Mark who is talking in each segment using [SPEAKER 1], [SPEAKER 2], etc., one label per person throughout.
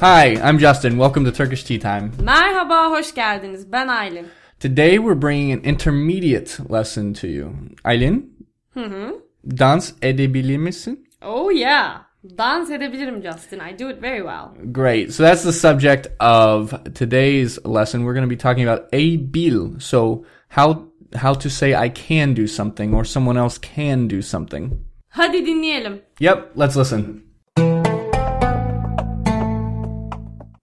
[SPEAKER 1] Hi, I'm Justin. Welcome to Turkish Tea Time.
[SPEAKER 2] Merhaba, hoş geldiniz. Ben Aylin.
[SPEAKER 1] Today we're bringing an intermediate lesson to you. Aylin,
[SPEAKER 2] Hı hı.
[SPEAKER 1] dans edebilir misin?
[SPEAKER 2] Oh yeah. Dans edebilirim Justin. I do it very well.
[SPEAKER 1] Great. So that's the subject of today's lesson. We're going to be talking about ebil. So how how to say I can do something or someone else can do something.
[SPEAKER 2] Hadi dinleyelim.
[SPEAKER 1] Yep, let's listen.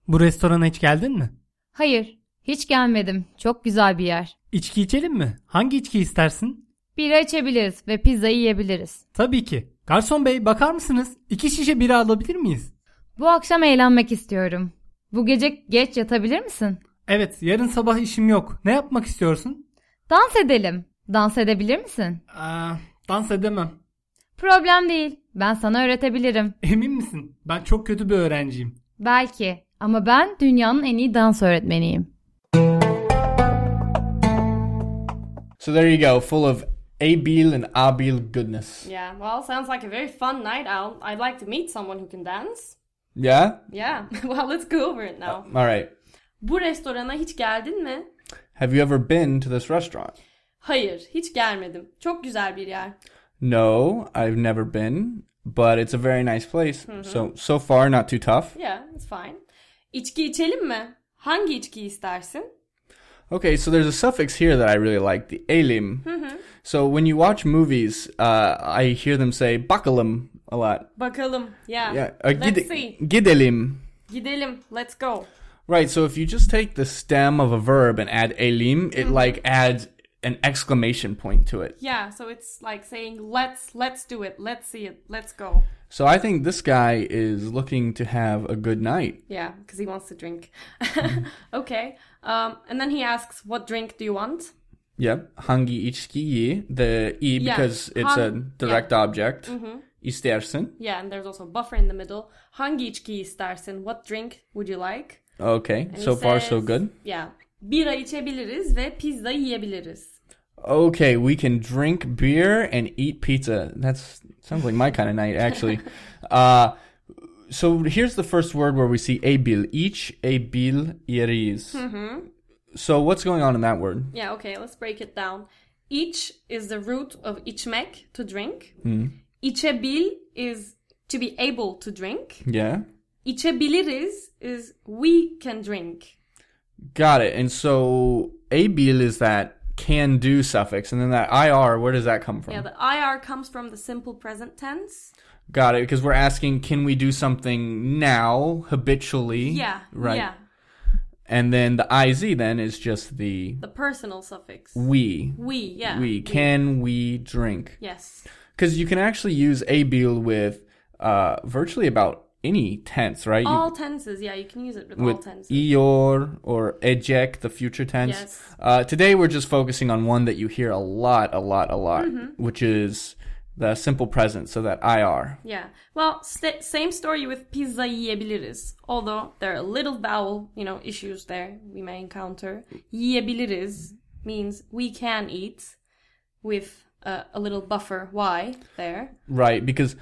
[SPEAKER 3] Bu restorana hiç geldin mi?
[SPEAKER 4] Hayır, hiç gelmedim. Çok güzel bir yer.
[SPEAKER 3] İçki içelim mi? Hangi içki istersin?
[SPEAKER 4] Bira içebiliriz ve pizza yiyebiliriz.
[SPEAKER 3] Tabii ki. Garson bey bakar mısınız? İki şişe bira alabilir miyiz?
[SPEAKER 4] Bu akşam eğlenmek istiyorum. Bu gece geç yatabilir misin?
[SPEAKER 3] Evet yarın sabah işim yok. Ne yapmak istiyorsun?
[SPEAKER 4] Dans edelim. Dans edebilir misin?
[SPEAKER 3] Aa, Ee, dans edemem.
[SPEAKER 4] Problem değil. Ben sana öğretebilirim.
[SPEAKER 3] Emin misin? Ben çok kötü bir öğrenciyim.
[SPEAKER 4] Belki. Ama ben dünyanın en iyi dans öğretmeniyim.
[SPEAKER 1] So there you go, full of abil and abil goodness.
[SPEAKER 2] Yeah, well, sounds like a very fun night out. I'd like to meet someone who can dance.
[SPEAKER 1] Yeah?
[SPEAKER 2] Yeah, well, let's go over it now.
[SPEAKER 1] All right.
[SPEAKER 2] Bu restorana hiç geldin mi?
[SPEAKER 1] Have you ever been to this restaurant?
[SPEAKER 2] Hayır, hiç gelmedim. Çok güzel bir yer.
[SPEAKER 1] No, I've never been, but it's a very nice place.
[SPEAKER 2] Mm-hmm.
[SPEAKER 1] So so far not too tough.
[SPEAKER 2] Yeah, it's fine. İçki içelim mi? Hangi içkiyi istersin?
[SPEAKER 1] Okay, so there's a suffix here that I really like, the elim.
[SPEAKER 2] Mm-hmm.
[SPEAKER 1] So when you watch movies, uh, I hear them say bakalım a lot.
[SPEAKER 2] Bakalım. Yeah.
[SPEAKER 1] Yeah, uh,
[SPEAKER 2] Ah, let's see.
[SPEAKER 1] gidelim.
[SPEAKER 2] Gidelim. Let's go.
[SPEAKER 1] Right, so if you just take the stem of a verb and add elim, it
[SPEAKER 2] Mm-hmm.
[SPEAKER 1] like adds an exclamation point to it.
[SPEAKER 2] Yeah, so it's like saying let's let's do it. Let's see it. Let's go.
[SPEAKER 1] So I think this guy is looking to have a good night.
[SPEAKER 2] Yeah, because he wants to drink.
[SPEAKER 1] Mm-hmm.
[SPEAKER 2] okay. Um, and then he asks, "What drink do you want?"
[SPEAKER 1] Yep, hangi içkiyi, the e
[SPEAKER 2] Yeah, Mm-hmm.
[SPEAKER 1] because it's a
[SPEAKER 2] han-
[SPEAKER 1] direct object. İstersin.
[SPEAKER 2] Yeah, and there's also a buffer in the middle. Hangi içki istersin? What drink would you like?
[SPEAKER 1] Okay,
[SPEAKER 2] And he
[SPEAKER 1] so far so
[SPEAKER 2] says-
[SPEAKER 1] good.
[SPEAKER 2] Yeah. Bira içebiliriz ve pizza yiyebiliriz.
[SPEAKER 1] Okay, we can drink beer and eat pizza. That's sounds like my kind of night, actually. uh, so here's the first word where we see abil. Each abil yeris.
[SPEAKER 2] Mm-hmm.
[SPEAKER 1] So what's going on in that word?
[SPEAKER 2] Yeah, okay, let's break it down. Each is the root of içmek, to drink.
[SPEAKER 1] Mm-hmm.
[SPEAKER 2] İçebil is to be able to drink.
[SPEAKER 1] Yeah,
[SPEAKER 2] İçebiliriz is we can drink.
[SPEAKER 1] got it. And so abil is that can do suffix, and then that ir. Where does that come from?
[SPEAKER 2] Yeah, the IR comes from the simple present tense.
[SPEAKER 1] Got it. Because we're asking, can we do something now habitually?
[SPEAKER 2] Yeah,
[SPEAKER 1] Right.
[SPEAKER 2] yeah.
[SPEAKER 1] And then the iz then is just the
[SPEAKER 2] The personal suffix.
[SPEAKER 1] we.
[SPEAKER 2] We, yeah.
[SPEAKER 1] we can we drink
[SPEAKER 2] Yes.
[SPEAKER 1] because you can actually use abil with uh, virtually about any tense right You-
[SPEAKER 2] All tenses, yeah, you can use it with,
[SPEAKER 1] with e-
[SPEAKER 2] all tenses.
[SPEAKER 1] eor or ejek the future tense
[SPEAKER 2] Yes.
[SPEAKER 1] uh, today we're just focusing on one that you hear a lot a lot a lot
[SPEAKER 2] Mm-hmm.
[SPEAKER 1] which is the simple present so that ir
[SPEAKER 2] yeah. Well, st- same story with pizza yiyebiliriz. Although there are little vowel, you know, issues there we may encounter. Yiyebiliriz means we can eat with uh, a little buffer y there.
[SPEAKER 1] right because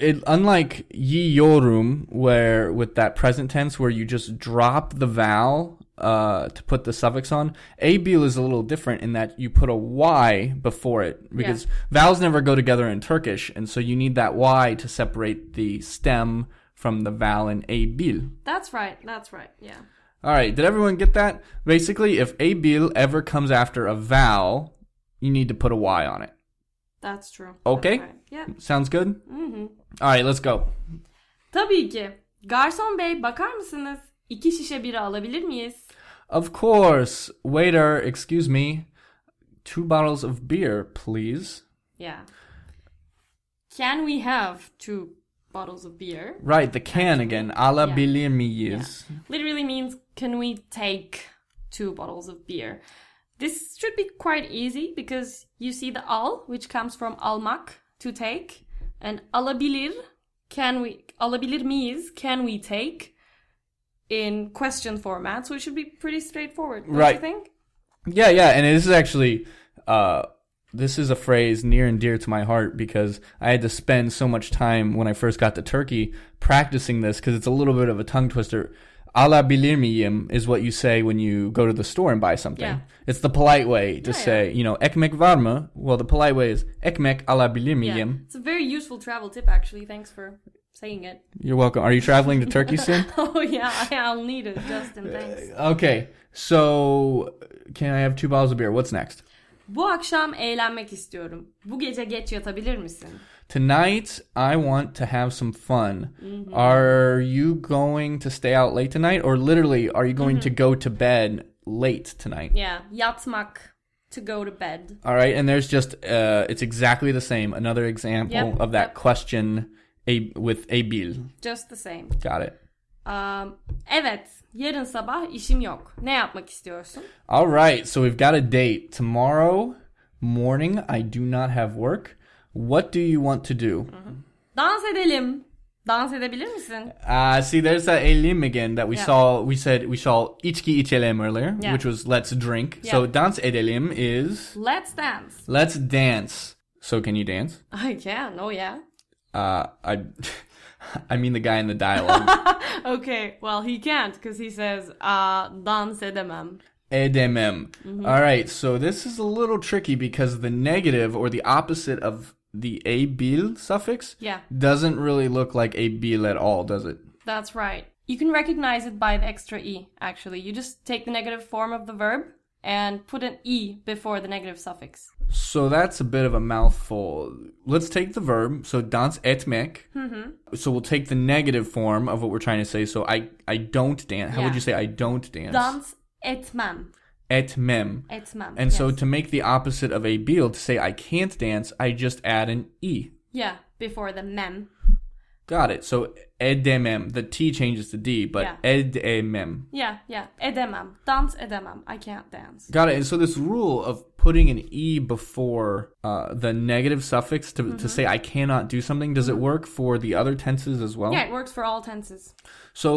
[SPEAKER 1] it unlike yorum where with that present tense where you just drop the vowel uh, to put the suffix on abil is a little different in that you put a y before it because vowels never go together in turkish and so you need that y to separate the stem from the vowel in abil
[SPEAKER 2] That's right. That's right. Yeah.
[SPEAKER 1] all right did everyone get that basically if abil ever comes after a vowel you need to put a y on it
[SPEAKER 2] That's true.
[SPEAKER 1] Okay.
[SPEAKER 2] That's right. Yeah.
[SPEAKER 1] sounds good mm-hmm. right let's go
[SPEAKER 2] Tabii ki. Garson bey bakar mısınız? İki şişe bira alabilir miyiz?
[SPEAKER 1] Of course. Waiter, excuse me. Two bottles of beer, please.
[SPEAKER 2] Yeah. Can we have two bottles of beer?
[SPEAKER 1] Right, the can again. Ala
[SPEAKER 2] Yeah.
[SPEAKER 1] bilir miyiz?
[SPEAKER 2] Literally means can we take two bottles of beer? This should be quite easy because you see the al, which comes from almak, to take, and alabilir, can we, alabilir miyiz, can we take, in question format. So it should be pretty straightforward, don't you
[SPEAKER 1] Right.
[SPEAKER 2] think?
[SPEAKER 1] Yeah, yeah, and this is actually uh This is a phrase near and dear to my heart because I had to spend so much time when I first got to Turkey practicing this because it's a little bit of a tongue twister. Alabilir miyim is what you say when you go to the store and buy something.
[SPEAKER 2] Yeah.
[SPEAKER 1] It's the polite way to
[SPEAKER 2] Yeah, yeah.
[SPEAKER 1] say, you know, ekmek var mı? Well, the polite way is ekmek alabilir
[SPEAKER 2] Yeah.
[SPEAKER 1] miyim?
[SPEAKER 2] It's a very useful travel tip, actually. Thanks for saying it.
[SPEAKER 1] You're welcome. Are you traveling to Turkey soon?
[SPEAKER 2] Oh, yeah, I- I'll need it, Justin. Thanks.
[SPEAKER 1] Okay. So, can I have two bottles of beer? What's next?
[SPEAKER 2] Bu akşam eğlenmek istiyorum. Bu gece geç yatabilir misin?
[SPEAKER 1] Tonight, I want to have some fun.
[SPEAKER 2] Mm-hmm.
[SPEAKER 1] Are you going to stay out late tonight? Or literally, are you going
[SPEAKER 2] Mm-hmm.
[SPEAKER 1] to go to bed late tonight?
[SPEAKER 2] Yeah, yatmak. To go to bed.
[SPEAKER 1] All right. And there's just, uh, it's exactly the same. Another example
[SPEAKER 2] Yep,
[SPEAKER 1] of that
[SPEAKER 2] yep.
[SPEAKER 1] question a- with Abil.
[SPEAKER 2] Just the same.
[SPEAKER 1] Got it.
[SPEAKER 2] Um, evet, yarın sabah işim yok. Ne yapmak istiyorsun?
[SPEAKER 1] All right, so we've got a date tomorrow morning. I do not have work. What do you want to do?
[SPEAKER 2] Dans edelim. Dans edebilir misin?
[SPEAKER 1] Uh, see, there's that elim again that we
[SPEAKER 2] Yeah.
[SPEAKER 1] saw. We said we saw içki içelim earlier,
[SPEAKER 2] Yeah.
[SPEAKER 1] which was let's drink. So
[SPEAKER 2] Yeah.
[SPEAKER 1] dance edelim is
[SPEAKER 2] Let's dance.
[SPEAKER 1] let's dance. So can you dance?
[SPEAKER 2] I can. Oh yeah.
[SPEAKER 1] Uh, I, I mean the guy in the dialogue.
[SPEAKER 2] Okay. Well, he can't because he says uh, dans edemem.
[SPEAKER 1] Edemem.
[SPEAKER 2] Mm-hmm.
[SPEAKER 1] All right, so this is a little tricky because the negative or the opposite of the abil suffix
[SPEAKER 2] Yeah,
[SPEAKER 1] doesn't really look like a bil at all, does it?
[SPEAKER 2] that's right. You can recognize it by the extra e. Actually, you just take the negative form of the verb and put an e before the negative suffix.
[SPEAKER 1] So that's a bit of a mouthful. Let's take the verb. So dans etmek.
[SPEAKER 2] Mm-hmm.
[SPEAKER 1] So we'll take the negative form of what we're trying to say. So I I don't dance. How
[SPEAKER 2] Yeah.
[SPEAKER 1] would you say I don't dance?
[SPEAKER 2] Dans etmem.
[SPEAKER 1] Etmem.
[SPEAKER 2] Etmem.
[SPEAKER 1] And so
[SPEAKER 2] yes.
[SPEAKER 1] to make the opposite of a bil to say I can't dance, I just add an e.
[SPEAKER 2] yeah, before the mem.
[SPEAKER 1] Got it. So edemem. The t changes to d, but
[SPEAKER 2] Yeah.
[SPEAKER 1] edemem.
[SPEAKER 2] Yeah, yeah. Edemem. Dans edemem. I can't dance.
[SPEAKER 1] Got it. And so this rule of putting an e before uh, the negative suffix to,
[SPEAKER 2] Mm-hmm.
[SPEAKER 1] to say I cannot do something does it work for the other tenses as well?
[SPEAKER 2] Yeah, it works for all tenses.
[SPEAKER 1] So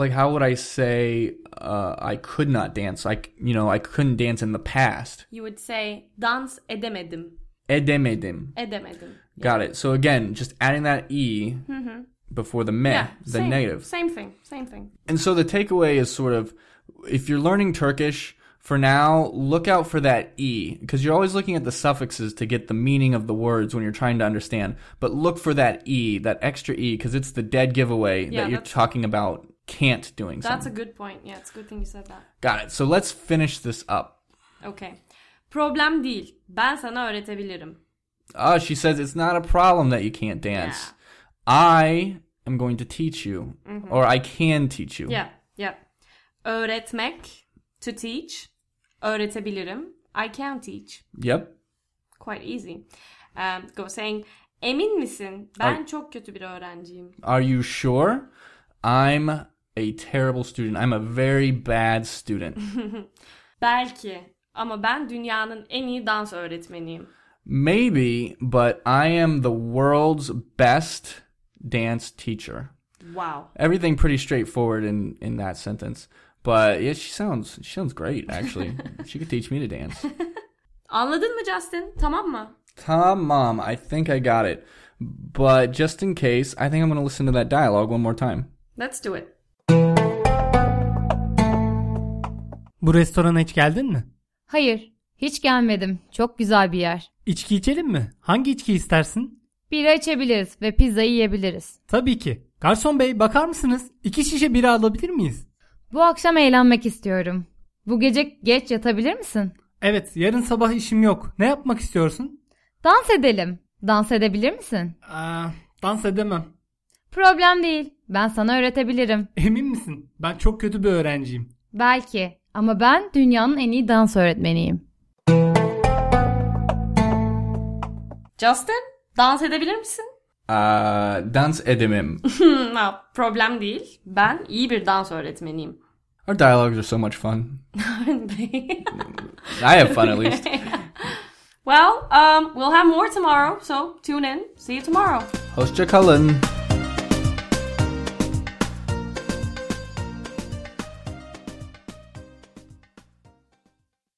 [SPEAKER 1] like how would I say uh, I could not dance? Like you know I couldn't dance in the past.
[SPEAKER 2] You would say dans edemedim.
[SPEAKER 1] Edemedim.
[SPEAKER 2] Edemedim.
[SPEAKER 1] Got it. So again, just adding that e before the meh,
[SPEAKER 2] Mm-hmm. Yeah,
[SPEAKER 1] the
[SPEAKER 2] same,
[SPEAKER 1] negative.
[SPEAKER 2] Same thing. Same thing.
[SPEAKER 1] And so the takeaway is sort of if you're learning Turkish, for now, look out for that E, because you're always looking at the suffixes to get the meaning of the words when you're trying to understand. But look for that E, that extra E, because it's the dead giveaway
[SPEAKER 2] Yeah,
[SPEAKER 1] that you're
[SPEAKER 2] that's-
[SPEAKER 1] talking about can't doing
[SPEAKER 2] That's a
[SPEAKER 1] something.
[SPEAKER 2] good point. Yeah, it's a good thing you said that.
[SPEAKER 1] Got it. So let's finish this up.
[SPEAKER 2] Okay. Problem değil. Ben sana öğretebilirim.
[SPEAKER 1] Ah, she says it's not a problem that you can't dance.
[SPEAKER 2] Yeah. Mm-hmm.
[SPEAKER 1] I am going to teach you, or I can teach you.
[SPEAKER 2] Yeah, yeah. Öğretmek, to teach. Öğretebilirim. I can teach.
[SPEAKER 1] Yep.
[SPEAKER 2] Quite easy. Um, go saying, emin misin? Ben çok kötü bir öğrenciyim.
[SPEAKER 1] Are you sure? I'm a terrible student. I'm a very bad student.
[SPEAKER 2] Mm-hmm. Belki ama ben dünyanın en iyi dans öğretmeniyim.
[SPEAKER 1] Maybe, but I am the world's best dance teacher.
[SPEAKER 2] Wow.
[SPEAKER 1] Everything pretty straightforward in in that sentence. But yeah, she sounds she sounds great actually. she could teach me to dance.
[SPEAKER 2] Anladın mı Justin? Tamam mı?
[SPEAKER 1] Tom, mom, I think I got it. But just in case, I think I'm going to listen to that dialogue one more time.
[SPEAKER 2] Let's do it.
[SPEAKER 3] Bu restorana hiç geldin mi?
[SPEAKER 4] Hayır, hiç gelmedim. Çok güzel bir yer.
[SPEAKER 3] İçki içelim mi? Hangi içki istersin?
[SPEAKER 4] Bira içebiliriz ve pizza yiyebiliriz.
[SPEAKER 3] Tabii ki. Garson bey bakar mısınız? İki şişe bira alabilir miyiz?
[SPEAKER 4] Bu akşam eğlenmek istiyorum. Bu gece geç yatabilir misin?
[SPEAKER 3] Evet yarın sabah işim yok. Ne yapmak istiyorsun?
[SPEAKER 4] Dans edelim. Dans edebilir misin?
[SPEAKER 3] Aa, Ee, dans edemem.
[SPEAKER 4] Problem değil. Ben sana öğretebilirim.
[SPEAKER 3] Emin misin? Ben çok kötü bir öğrenciyim.
[SPEAKER 4] Belki ama ben dünyanın en iyi dans öğretmeniyim.
[SPEAKER 2] Justin, dans edebilir misin?
[SPEAKER 1] Uh, dans edemem.
[SPEAKER 2] Hmm, no, problem değil. Ben iyi bir dans öğretmeniyim.
[SPEAKER 1] Our dialogues are so much fun. I have fun at least.
[SPEAKER 2] Well, um, we'll have more tomorrow, so tune in. See you tomorrow.
[SPEAKER 1] Hoşça kalın.